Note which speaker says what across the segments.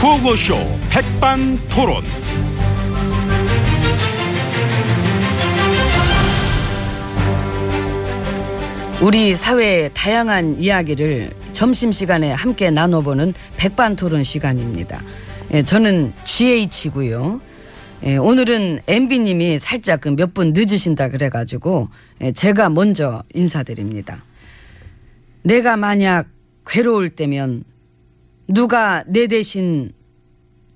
Speaker 1: 구호쇼 백반토론.
Speaker 2: 우리 사회의 다양한 이야기를 점심시간에 함께 나눠보는 백반토론 시간입니다. 예, 저는 GH고요. 예, 오늘은 MB님이 살짝 그 몇 분 늦으신다 그래가지고 예, 제가 먼저 인사드립니다. 내가 만약 괴로울 때면 누가 내 대신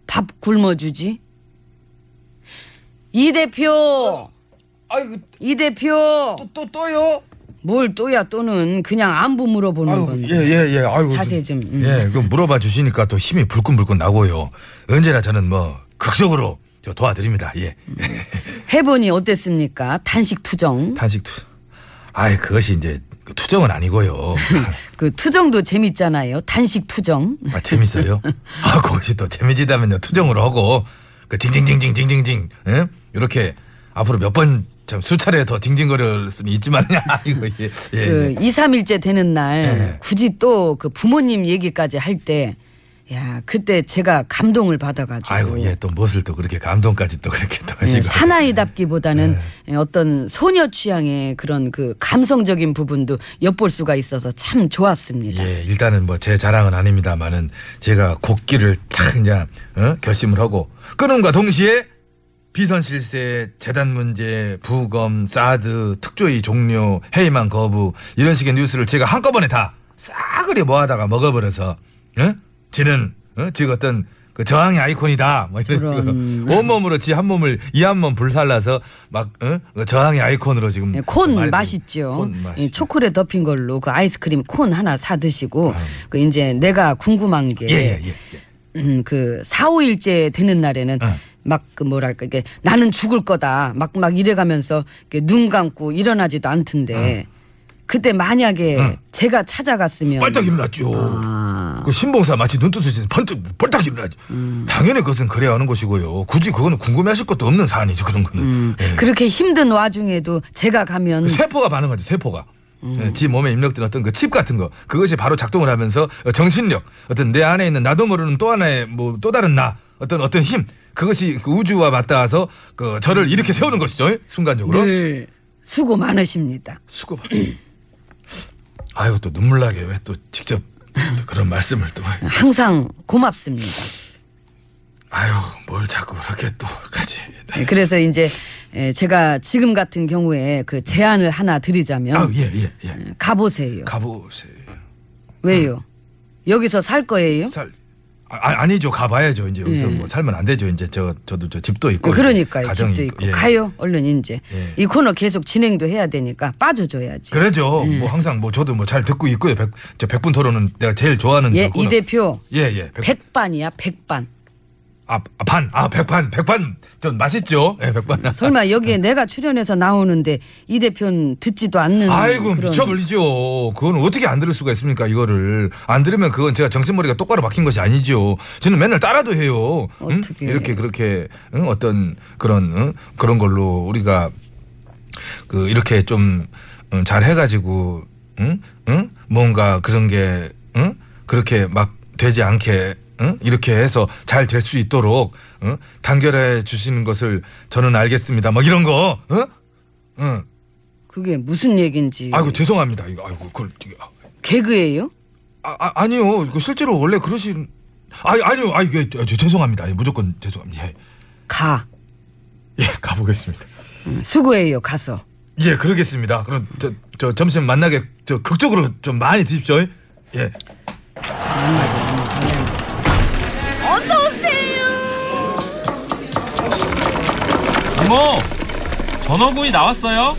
Speaker 2: 밥 굶어주지? 이 대표!
Speaker 3: 아이고
Speaker 2: 이 대표!
Speaker 3: 또 또 또, 요
Speaker 2: 뭘 또야 또는 그냥 안부 물어보는
Speaker 3: 아이고
Speaker 2: 건데.
Speaker 3: 예예예 아이고
Speaker 2: 자세히 좀, 음.
Speaker 3: 예, 그 물어봐 주시니까 또 힘이 불끈불끈 나고요. 언제나 저는 뭐 극적으로 저 도와드립니다. 예.
Speaker 2: 음. 해보니 어땠습니까? 단식 투정.
Speaker 3: 단식 투. 아이 그것이 이제 그 투정은 아니고요.
Speaker 2: 그 투정도 재밌잖아요. 단식 투정.
Speaker 3: 아, 재밌어요. 아 그것이 또 재미지다면요 투정으로 하고 그 징징징징징징징 예? 이렇게 앞으로 몇 번 참 수차례 더 징징거릴 수는 있지만 아이고 예. 예,
Speaker 2: 그
Speaker 3: 예.
Speaker 2: 2, 3일째 되는 날
Speaker 3: 예.
Speaker 2: 굳이 또 그 부모님 얘기까지 할 때 야, 그때 제가 감동을 받아가지고.
Speaker 3: 아이고 예 또 무엇을 또 그렇게 감동까지 또 그렇게 또
Speaker 2: 예,
Speaker 3: 하시고
Speaker 2: 사나이답기보다는 예, 어떤 소녀 취향의 그런 그 감성적인 부분도 엿볼 수가 있어서 참 좋았습니다.
Speaker 3: 예, 일단은 뭐 제 자랑은 아닙니다만은 제가 곡기를 착 그냥 어? 결심을 하고 끊음과 동시에 비선실세, 재단 문제, 부검, 사드, 특조위 종료, 해임안 거부 이런 식의 뉴스를 제가 한꺼번에 다 싸그리 모아다가 먹어버려서 어? 지는 어? 지 어떤 그 저항의 아이콘이다 뭐 이런 식으로 온몸으로 지 한 몸을 이 한 몸 불살라서 막 어? 그 저항의 아이콘으로 지금
Speaker 2: 예, 콘
Speaker 3: 음, 말이-
Speaker 2: 맛있죠.
Speaker 3: 콘
Speaker 2: 예,
Speaker 3: 맛있죠.
Speaker 2: 초콜릿 덮인 걸로 그 아이스크림 콘 하나 사 드시고 그 이제 내가 궁금한 게
Speaker 3: 음. 예, 예, 예, 예.
Speaker 2: 음, 그 4, 5일째 되는 날에는
Speaker 3: 어.
Speaker 2: 막 그 뭐랄까 이게 나는 죽을 거다 막 막 이래 가면서 이렇게 눈 감고 일어나지도 않던데 그때 만약에 제가 찾아갔으면
Speaker 3: 어. 빨딱 일어났죠. 그 신봉사 마치 눈 뜨듯이 번뜩 벌떡 일어나죠. 당연히 그것은 그래야 하는 것이고요. 굳이 그거는 궁금해하실 것도 없는 사안이죠. 그런 거는
Speaker 2: 음.
Speaker 3: 예.
Speaker 2: 그렇게 힘든 와중에도 제가 가면
Speaker 3: 그 세포가 반응하죠. 세포가. 예, 지 몸에 입력된 어떤 그 칩 같은 거 그것이 바로 작동을 하면서 어, 정신력 어떤 내 안에 있는 나도 모르는 또 하나의 뭐 또 다른 나 어떤 어떤 힘 그것이 그 우주와 맞닿아서 그 저를 이렇게 세우는 것이죠 예? 순간적으로
Speaker 2: 늘 수고 많으십니다.
Speaker 3: 수고 받 아이고 또 눈물 나게 왜 또 직접 또 그런 말씀을 또
Speaker 2: 항상 고맙습니다.
Speaker 3: 아유 뭘 자꾸 그렇게 또까지 네.
Speaker 2: 예, 그래서 이제 예, 제가 지금 같은 경우에 그 제안을 하나 드리자면
Speaker 3: 아예예 예,
Speaker 2: 가보세요.
Speaker 3: 가보세요 아.
Speaker 2: 왜요? 여기서 살 거예요?
Speaker 3: 살 아, 니죠 가봐야죠 이제 여기서
Speaker 2: 예.
Speaker 3: 뭐 살면 안 되죠 이제 저 저도 저 집도 있고
Speaker 2: 어, 그러니까요.
Speaker 3: 가정이
Speaker 2: 집도 있고
Speaker 3: 예.
Speaker 2: 가요. 얼른 이제
Speaker 3: 예.
Speaker 2: 이 코너 계속 진행도 해야 되니까 빠져줘야지.
Speaker 3: 그러죠
Speaker 2: 음.
Speaker 3: 뭐 항상 뭐 저도 뭐 잘 듣고 있고요 백, 저 백분 토론은 내가 제일 좋아하는
Speaker 2: 예, 이 대표
Speaker 3: 예예
Speaker 2: 백반이야 백반.
Speaker 3: 아반아 백반 백반 좀 맛있죠 예 백반
Speaker 2: 설마 여기에 내가 출연해서 나오는데 이 대표는 듣지도 않는.
Speaker 3: 아이고
Speaker 2: 그런-
Speaker 3: 미쳐버리죠. 그건 어떻게 안 들을 수가 있습니까? 이거를 안 들으면 그건 제가 정신머리가 똑바로 박힌 것이 아니죠. 저는 맨날 따라도 해요. 응?
Speaker 2: 어떻게.
Speaker 3: 이렇게 그렇게 응? 어떤 그런 응? 그런 걸로 우리가 그 이렇게 좀 잘 해가지고 응? 응? 뭔가 그런 게 응? 그렇게 막 되지 않게 응? 이렇게 해서 잘 될 수 있도록 응? 단결해 주시는 것을 저는 알겠습니다. 막 이런 거. 응? 응.
Speaker 2: 그게 무슨 얘긴지.
Speaker 3: 아이고 죄송합니다. 이거 아이고 그걸 되게-
Speaker 2: 개그예요?
Speaker 3: 아, 아 아니요. 이거 실제로 원래 그러신 아니 아니요. 아 이게 죄송합니다. 예, 무조건 죄송합니다. 예.
Speaker 2: 가.
Speaker 3: 예, 가보겠습니다.
Speaker 2: 음, 수고해요. 가서.
Speaker 3: 예, 그러겠습니다. 그럼 저, 저 점심 만나게 저 극적으로 좀 많이 드십시오. 예. 예.
Speaker 4: 이모 전어구이 나왔어요?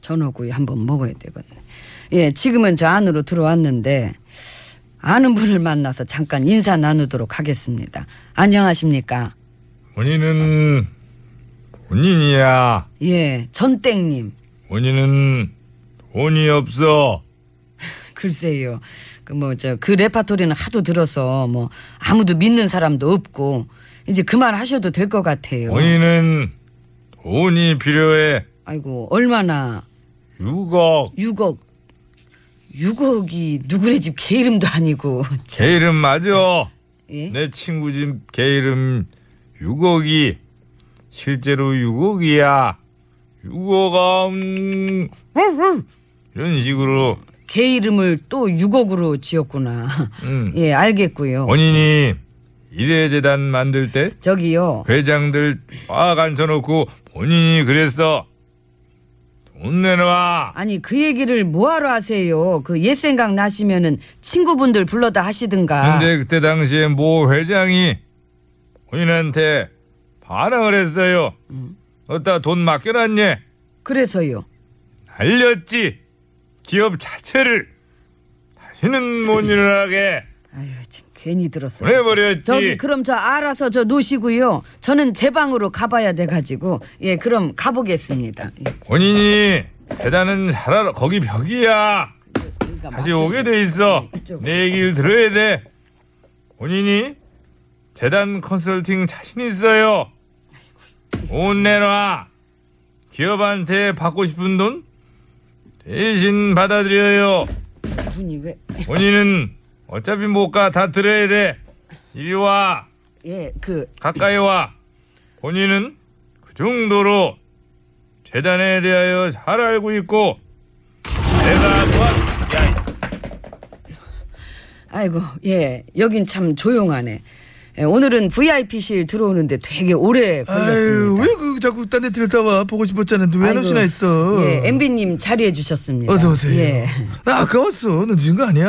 Speaker 2: 전어구이 한번 먹어야 되겠네. 예, 지금은 저 안으로 들어왔는데 아는 분을 만나서 잠깐 인사 나누도록 하겠습니다. 안녕하십니까?
Speaker 3: 원인은 원인이야.
Speaker 2: 예, 전땡님.
Speaker 3: 원인은 돈이 없어.
Speaker 2: 글쎄요. 그 뭐 저 그 레파토리는 하도 들어서 뭐 아무도 믿는 사람도 없고 이제 그만 하셔도 될 것 같아요.
Speaker 3: 원인은 돈이 필요해.
Speaker 2: 아이고 얼마나
Speaker 3: 육억
Speaker 2: 6억 6억이 누구네 집 개 이름도 아니고 참.
Speaker 3: 제 이름 맞아.
Speaker 2: 예?
Speaker 3: 내 친구 집 개 이름 6억이 실제로 6억이야. 6억아 음, 훌훌. 이런 식으로
Speaker 2: 개 이름을 또 6억으로 지었구나.
Speaker 3: 음.
Speaker 2: 예, 알겠고요.
Speaker 3: 본인이 일회재단 만들 때
Speaker 2: 저기요.
Speaker 3: 회장들 꽉 앉혀놓고 본인이 그랬어. 돈 내놔.
Speaker 2: 아니 그 얘기를 뭐하러 하세요? 그 옛 생각 나시면은 친구분들 불러다 하시든가.
Speaker 3: 근데 그때 당시에 모 회장이 본인한테 반항을 했어요. 어디다 돈 맡겨놨냐?
Speaker 2: 그래서요.
Speaker 3: 알렸지. 기업 자체를 다시는 못 일어나게.
Speaker 2: 아유 참 괜히 들었어요.
Speaker 3: 보내버렸지.
Speaker 2: 저기 그럼 저 알아서 저 노시고요. 저는 제 방으로 가봐야 돼 가지고 예 그럼 가보겠습니다. 예,
Speaker 3: 본인이 대단은 잘하러 거기 벽이야.
Speaker 2: 그러니까
Speaker 3: 다시
Speaker 2: 맞춰-
Speaker 3: 오게 돼 있어.
Speaker 2: 네, 이쪽으로.
Speaker 3: 내 얘기를 들어야 돼. 본인이 재단 컨설팅 자신 있어요. 돈 내놔. 기업한테 받고 싶은 돈 대신 받아들여요.
Speaker 2: 문이 왜?
Speaker 3: 본인은 어차피 못 가 다 들어야 돼. 이리 와.
Speaker 2: 예그
Speaker 3: 가까이 와. 본인은 그 정도로 재단에 대하여 잘 알고 있고 내가 뭐 야,
Speaker 2: 아이고 예 여긴 참 조용하네. 예, 오늘은 VIP실 들어오는데 되게 오래 걸렸습니다.
Speaker 5: 아유 왜 그 자꾸 딴 데 들었다 와 보고 싶었잖아 왜안
Speaker 2: 아이고,
Speaker 5: 오시나 했어
Speaker 2: 예, MB님 자리해 주셨습니다.
Speaker 5: 어서 오세요
Speaker 2: 예.
Speaker 5: 나 아까웠어 너 늦은 거 아니야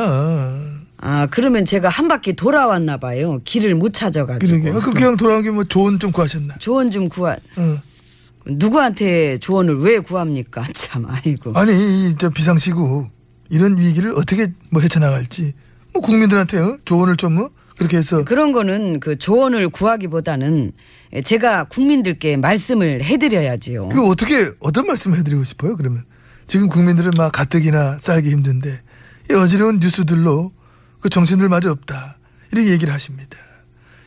Speaker 2: 아 그러면 제가 한 바퀴 돌아왔나 봐요. 길을 못 찾아가지고.
Speaker 5: 그러게 그 그냥 돌아온 게 뭐 조언 좀 구하셨나
Speaker 2: 조언 좀 구하.
Speaker 5: 어.
Speaker 2: 누구한테 조언을 왜 구합니까? 참 아이고.
Speaker 5: 아니 이, 저 비상시국 이런 위기를 어떻게 뭐 헤쳐나갈지 뭐 국민들한테 어? 조언을 좀 어? 그렇게 해서
Speaker 2: 그런 거는 그 조언을 구하기보다는 제가 국민들께 말씀을 해드려야지요.
Speaker 5: 그 어떻게 어떤 말씀을 해드리고 싶어요 그러면 지금 국민들은 막 가뜩이나 살기 힘든데 이 어지러운 뉴스들로 그 정신들마저 없다 이렇게 얘기를 하십니다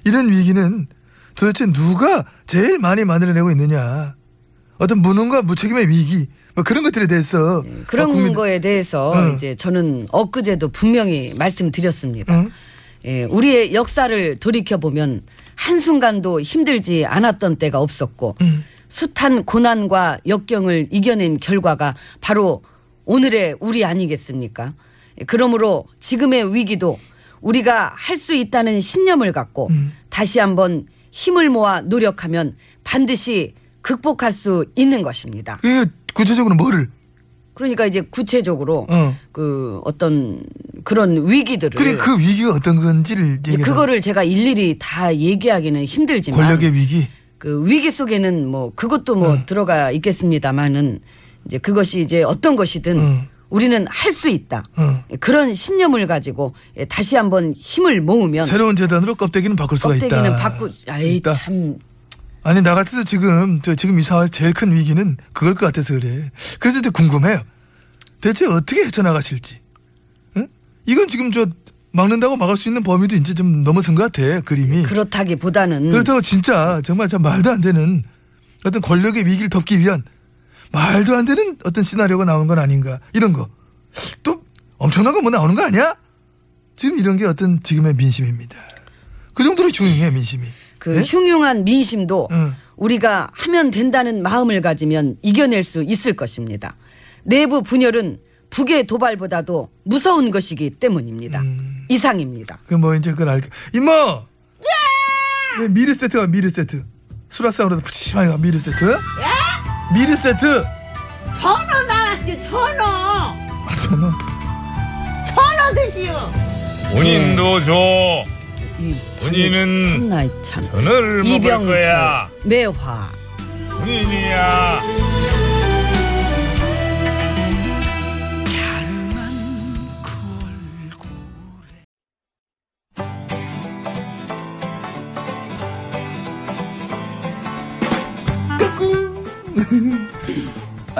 Speaker 5: 이런 위기는 도대체 누가 제일 많이 만들어내고 있느냐 어떤 무능과 무책임의 위기 뭐 그런 것들에 대해서
Speaker 2: 음, 그런
Speaker 5: 어, 국민들-
Speaker 2: 거에 대해서
Speaker 5: 어.
Speaker 2: 이제 저는 엊그제도 분명히 말씀드렸습니다.
Speaker 5: 응?
Speaker 2: 예, 우리의 역사를 돌이켜보면 한순간도 힘들지 않았던 때가 없었고 숱한 고난과 역경을 이겨낸 결과가 바로 오늘의 우리 아니겠습니까? 예, 그러므로 지금의 위기도 우리가 할 수 있다는 신념을 갖고 다시 한번 힘을 모아 노력하면 반드시 극복할 수 있는 것입니다.
Speaker 5: 그게 구체적으로 뭐를
Speaker 2: 그러니까 이제 구체적으로
Speaker 5: 어.
Speaker 2: 그 어떤 그런 위기들을
Speaker 5: 그래 그 위기가 어떤 건지를
Speaker 2: 이제
Speaker 5: 얘기해
Speaker 2: 그거를 제가 일일이 다 얘기하기는 힘들지만
Speaker 5: 권력의 위기
Speaker 2: 그 위기 속에는 뭐 그것도 뭐 들어가 있겠습니다만은 이제 그것이 이제 어떤 것이든
Speaker 5: 응.
Speaker 2: 우리는 할 수 있다
Speaker 5: 응.
Speaker 2: 그런 신념을 가지고 예, 다시 한번 힘을 모으면
Speaker 5: 새로운 재단으로 껍데기는 바꿀 수가 있다.
Speaker 2: 음. 껍데기는 바꾸 아이
Speaker 5: 있다.
Speaker 2: 참
Speaker 5: 아니 나 같아서 지금 저 지금 이 상황에서 제일 큰 위기는 그걸 것 같아서 그래. 그래서 이제 궁금해요. 대체 어떻게 헤쳐나가실지. 응? 이건 지금 저 막는다고 막을 수 있는 범위도 이제 좀 넘어선 것 같아 그림이.
Speaker 2: 그렇다기보다는
Speaker 5: 그렇다고 진짜 정말 참 말도 안 되는 어떤 권력의 위기를 덮기 위한 말도 안 되는 어떤 시나리오가 나온 건 아닌가 이런 거. 또 엄청난 거 뭐 나오는 거 아니야? 지금 이런 게 어떤 지금의 민심입니다. 그 정도로 중요해 민심이.
Speaker 2: 그
Speaker 5: 네?
Speaker 2: 흉흉한 민심도
Speaker 5: 응.
Speaker 2: 우리가 하면 된다는 마음을 가지면 이겨낼 수 있을 것입니다. 내부 분열은 북의 도발보다도 무서운 것이기 때문입니다. 이상입니다.
Speaker 5: 그 뭐 이제 그걸 알게 이모 왜 미르 세트가 미르 세트 수라상으로도 푸짐하게 가, 미르 세트 미르 세트
Speaker 6: 천원 나왔어요 천원
Speaker 5: 아 정말
Speaker 6: 천원 드시오
Speaker 3: 본인도 줘.
Speaker 2: 네. 이
Speaker 3: 본인은
Speaker 2: 탐나이 참
Speaker 3: 전화를 먹을 거야.
Speaker 2: 이병철 매화
Speaker 3: 본인이야.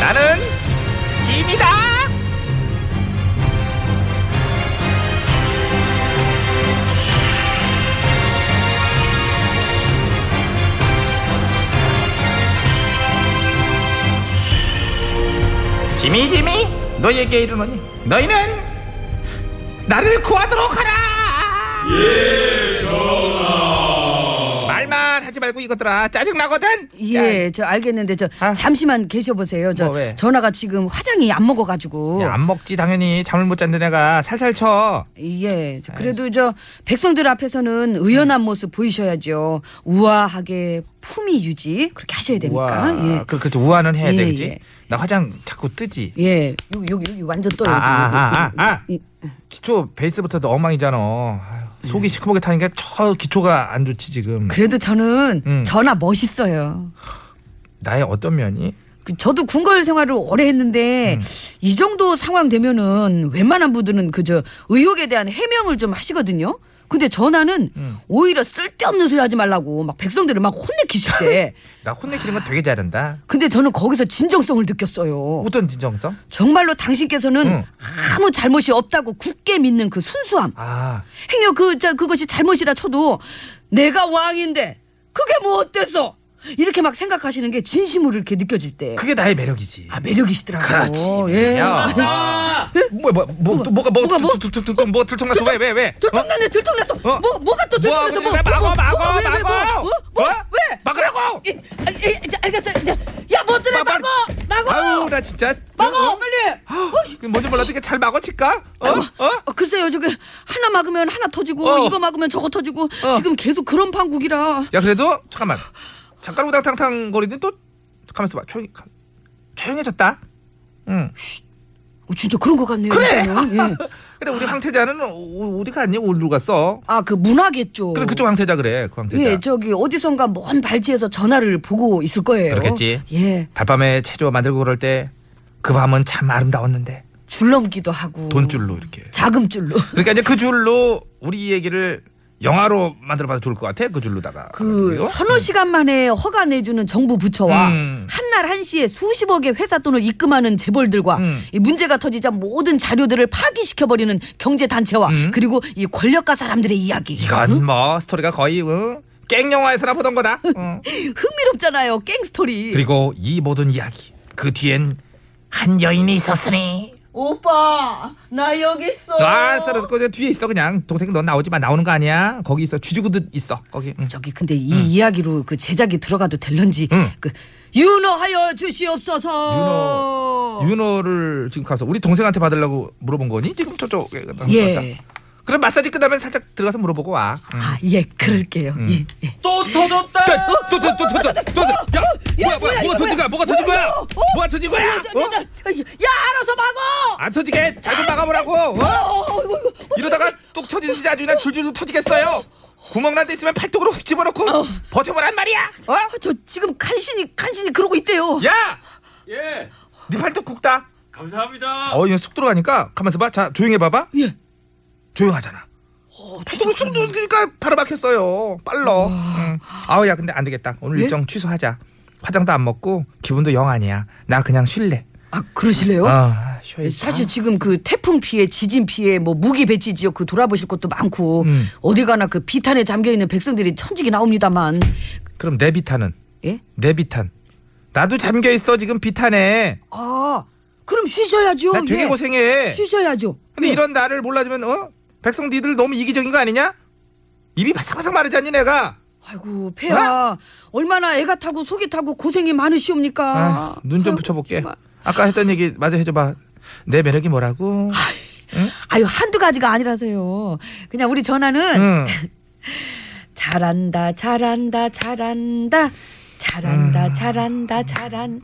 Speaker 3: 나는 짐이다. 짐이 짐이 너에게 이르노니 너희는 나를 구하도록 하라. 예 전하. 말만 하지 말고 이것들아 짜증 나거든.
Speaker 2: 예, 저 알겠는데 저
Speaker 3: 아.
Speaker 2: 잠시만 계셔보세요. 저
Speaker 3: 뭐 왜?
Speaker 2: 전화가 지금 화장이 안 먹어가지고.
Speaker 3: 야, 안 먹지 당연히 잠을 못 잔데 내가 살살 쳐.
Speaker 2: 예,
Speaker 3: 아,
Speaker 2: 저 그래도 저 백성들 앞에서는 의연한 모습 보이셔야죠. 우아하게 품위 유지 그렇게 하셔야 됩니까?
Speaker 3: 우아. 그 그렇죠. 우아는 해야
Speaker 2: 예,
Speaker 3: 되겠지.
Speaker 2: 예.
Speaker 3: 나 화장 자꾸 뜨지.
Speaker 2: 예, 예, 여기 여기 여기 완전 예. 또
Speaker 3: 아,
Speaker 2: 여기.
Speaker 3: 아, 아, 아,
Speaker 2: 여기.
Speaker 3: 기초 베이스부터도 엉망이잖아. 아유, 속이 시커멓게 타니까 저 기초가 안 좋지 지금.
Speaker 2: 음. 그래도 저는
Speaker 3: 음.
Speaker 2: 전화 멋있어요.
Speaker 3: 나의 어떤 면이?
Speaker 2: 그 저도 궁궐 생활을 오래 했는데 이 정도 상황 되면은 웬만한 분들은 그저 의혹에 대한 해명을 좀 하시거든요. 근데 전화는 오히려 쓸데없는 소리 하지 말라고 막 백성들을 막 혼내키실 때.
Speaker 3: 나 혼내키는 건 되게 잘한다.
Speaker 2: 근데 저는 거기서 진정성을 느꼈어요.
Speaker 3: 어떤 진정성?
Speaker 2: 정말로 당신께서는
Speaker 3: 응.
Speaker 2: 아무 잘못이 없다고 굳게 믿는 그 순수함.
Speaker 3: 아,
Speaker 2: 행여 그, 저, 그것이 잘못이라 쳐도 내가 왕인데 그게 뭐 어때서? 이렇게 막 생각하시는 게 진심으로 이렇게 느껴질 때.
Speaker 3: 그게 나의 매력이지.
Speaker 2: 아, 매력이시더라고요.
Speaker 3: 그렇지. 아.
Speaker 2: 예.
Speaker 3: 야. 뭐야, 뭐야, 뭐, 또 뭐가
Speaker 2: 뭐가 뭐?
Speaker 3: 뭐뭐뭐 들통났어? 왜, 왜, 왜? 어?
Speaker 2: 들통났네, 들통났어.
Speaker 3: 어?
Speaker 2: 뭐, 뭐가 또
Speaker 3: 뭐야,
Speaker 2: 들통났어?
Speaker 3: 그래, 막어, 막어,
Speaker 2: 뭐가 왜, 왜,
Speaker 3: 막어.
Speaker 2: 뭐, 어? 뭐,
Speaker 3: 어?
Speaker 2: 왜?
Speaker 3: 막으라고.
Speaker 2: 예, 아, 예, 이제 알겠어. 이제. 야, 뭐들래
Speaker 3: 막아.
Speaker 2: 막어! 막어!
Speaker 3: 아우, 나 진짜.
Speaker 2: 막어, 빨리!
Speaker 3: 그 뭔지 몰라도 이게 잘 막아칠까? 어? 어?
Speaker 2: 어, 글쎄요, 저게 하나 막으면 하나 터지고
Speaker 3: 어.
Speaker 2: 이거 막으면 저거 터지고
Speaker 3: 어.
Speaker 2: 지금 계속 그런 판국이라.
Speaker 3: 야 그래도 잠깐만 잠깐 우당탕탕 거리는 또 가만 있어봐 조용히 가- 조용해졌다 응
Speaker 2: 어, 진짜 그런 것 같네요.
Speaker 3: 그래
Speaker 2: 그러면. 예.
Speaker 3: 음, 근데 우리 황태자는 어- 어디 갔니 어디로 갔어
Speaker 2: 아, 그 문화겠죠.
Speaker 3: 그래 그쪽 황태자 그래 그 황태자
Speaker 2: 예, 저기 어디선가 먼 발치에서 전화를 보고 있을 거예요.
Speaker 3: 그렇겠지.
Speaker 2: 예,
Speaker 3: 달밤에 체조 만들고 그럴 때 그 밤은 참 아름다웠는데
Speaker 2: 줄넘기도 하고.
Speaker 3: 돈줄로 이렇게
Speaker 2: 자금줄로.
Speaker 3: 그러니까 이제 그 줄로 우리 얘기를 영화로 만들어봐도 좋을 것 같아 그 줄로다가
Speaker 2: 그
Speaker 3: 그리고요.
Speaker 2: 서너 시간 만에 허가내주는 정부 부처와
Speaker 3: 음.
Speaker 2: 한날 한시에 수십억의 회사 돈을 입금하는 재벌들과
Speaker 3: 음.
Speaker 2: 이 문제가 터지자 모든 자료들을 파기시켜버리는 경제 단체와 그리고 이 권력가 사람들의 이야기
Speaker 3: 음. 이건 뭐 스토리가 거의 응? 깽 영화에서나 보던 거다 응.
Speaker 2: 흥미롭잖아요 갱스토리
Speaker 3: 그리고 이 모든 이야기 그 뒤엔 한 여인이 있었으니
Speaker 2: 오빠 나 여기 있어
Speaker 3: 알았어 알았어 그 뒤에 있어 그냥 동생 넌 나오지 마 나오는 거 아니야 거기 있어 쥐죽듯 있어 거기 응.
Speaker 2: 저기 근데 이 이야기로 그 제작이 들어가도 될런지 그 유노하여 주시옵소서
Speaker 3: 윤호를 지금 가서 우리 동생한테 받으려고 물어본 거니 지금 저쪽에 한번
Speaker 2: 예.
Speaker 3: 갔다. 그럼 마사지 끝나면 살짝 들어가서 물어보고 와 응.
Speaker 2: 아, 예, 그럴게요. 예, 예.
Speaker 7: 또 터졌다.
Speaker 3: 또, 또, 또, 또, 또, 또, 야, 뭐야, 뭐야, 뭐가
Speaker 2: 이거
Speaker 3: 터진 거야? 뭐가 터진 거야?
Speaker 2: 어, 어.
Speaker 3: 뭐가 터진 거야?
Speaker 2: 야, 야,
Speaker 3: 어?
Speaker 2: 야, 알아서 막어!
Speaker 3: 안 터지게 잘 좀 막아보라고. 어?
Speaker 2: 어, 이거, 이거.
Speaker 3: 이러다가 뚝 터지듯이 아주 그냥 줄줄 터지겠어요. 구멍 난 데 있으면 팔뚝으로 훅 집어넣고 버텨보란 말이야. 어?
Speaker 2: 아, 저 지금 간신히, 간신히 그러고 있대요.
Speaker 3: 야,
Speaker 7: 예.
Speaker 3: 네 팔뚝 굵다.
Speaker 7: 감사합니다.
Speaker 3: 어, 이거 쑥 들어가니까 가만 있어봐. 자, 조용해 봐봐.
Speaker 2: 예.
Speaker 3: 조용하잖아. 팔뚝으로 쑥 들어가니까 바로 막혔어요. 빨러. 응. 아우, 야, 근데 안 되겠다. 오늘 일정 취소하자. 화장도 안 먹고 기분도 영 아니야. 나 그냥 쉴래.
Speaker 2: 아, 그러실래요?
Speaker 3: 아, 쉬어야지.
Speaker 2: 사실 지금 그 태풍 피해, 지진 피해, 뭐 무기 배치 지역 그 돌아보실 것도 많고 어딜 가나 그 비탄에 잠겨 있는 백성들이 천직이 나옵니다만
Speaker 3: 그럼 내 비탄은?
Speaker 2: 예?
Speaker 3: 내 비탄. 나도 잠겨 있어 지금 비탄에.
Speaker 2: 아, 그럼 쉬셔야죠.
Speaker 3: 나 아, 되게
Speaker 2: 예.
Speaker 3: 고생해.
Speaker 2: 쉬셔야죠.
Speaker 3: 근데
Speaker 2: 예.
Speaker 3: 이런 나를 몰라주면 어? 백성 니들 너무 이기적인 거 아니냐? 입이 바삭바삭 마르지 않니 내가?
Speaker 2: 아이고 폐야 얼마나 애가 타고 속이 타고 고생이 많으시옵니까.
Speaker 3: 눈
Speaker 2: 아이고,
Speaker 3: 좀
Speaker 2: 뭐.
Speaker 3: 붙여볼게.
Speaker 2: 정말.
Speaker 3: 아까 했던 얘기 마저 해줘봐. 내 매력이 뭐라고?
Speaker 2: 아, 아유 한두 가지가 아니라서요. 그냥 우리 전화는
Speaker 3: 응.
Speaker 2: 잘한다 잘한다 잘한다
Speaker 3: 음.
Speaker 2: 잘한다 잘한다 잘한다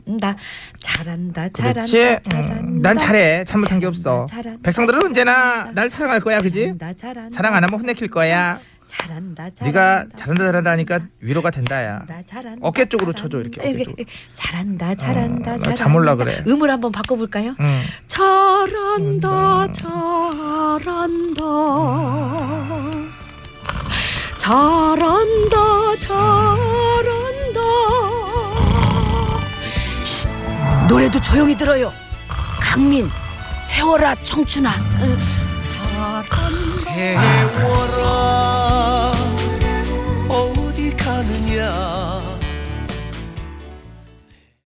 Speaker 2: 잘한다 잘한다
Speaker 3: 그렇지. 음, 난 잘해. 잘못한 게 없어.
Speaker 2: 잘한다,
Speaker 3: 백성들은 언제나
Speaker 2: 잘한다.
Speaker 3: 날 사랑할 거야, 그지?
Speaker 2: 잘한다, 잘한다.
Speaker 3: 사랑 안 하면 혼내킬 거야.
Speaker 2: 잘한다 잘한다
Speaker 3: 네가 잘한다 잘한다 하니까 위로가 된다야.
Speaker 2: 잘한다, 잘한다,
Speaker 3: 어깨 쪽으로
Speaker 2: 잘한다.
Speaker 3: 쳐줘, 이렇게 어깨 쪽으로.
Speaker 2: 잘한다 잘한다
Speaker 3: 어, 나
Speaker 2: 잘한다
Speaker 3: 잠 올라 그래.
Speaker 2: 음을 한번 바꿔볼까요?
Speaker 3: 응.
Speaker 2: 잘한다 잘한다 잘한다 잘한다 어. 쉿, 노래도 조용히 들어요 강민 세월아 청춘아 응. 어. 잘한다
Speaker 3: 세월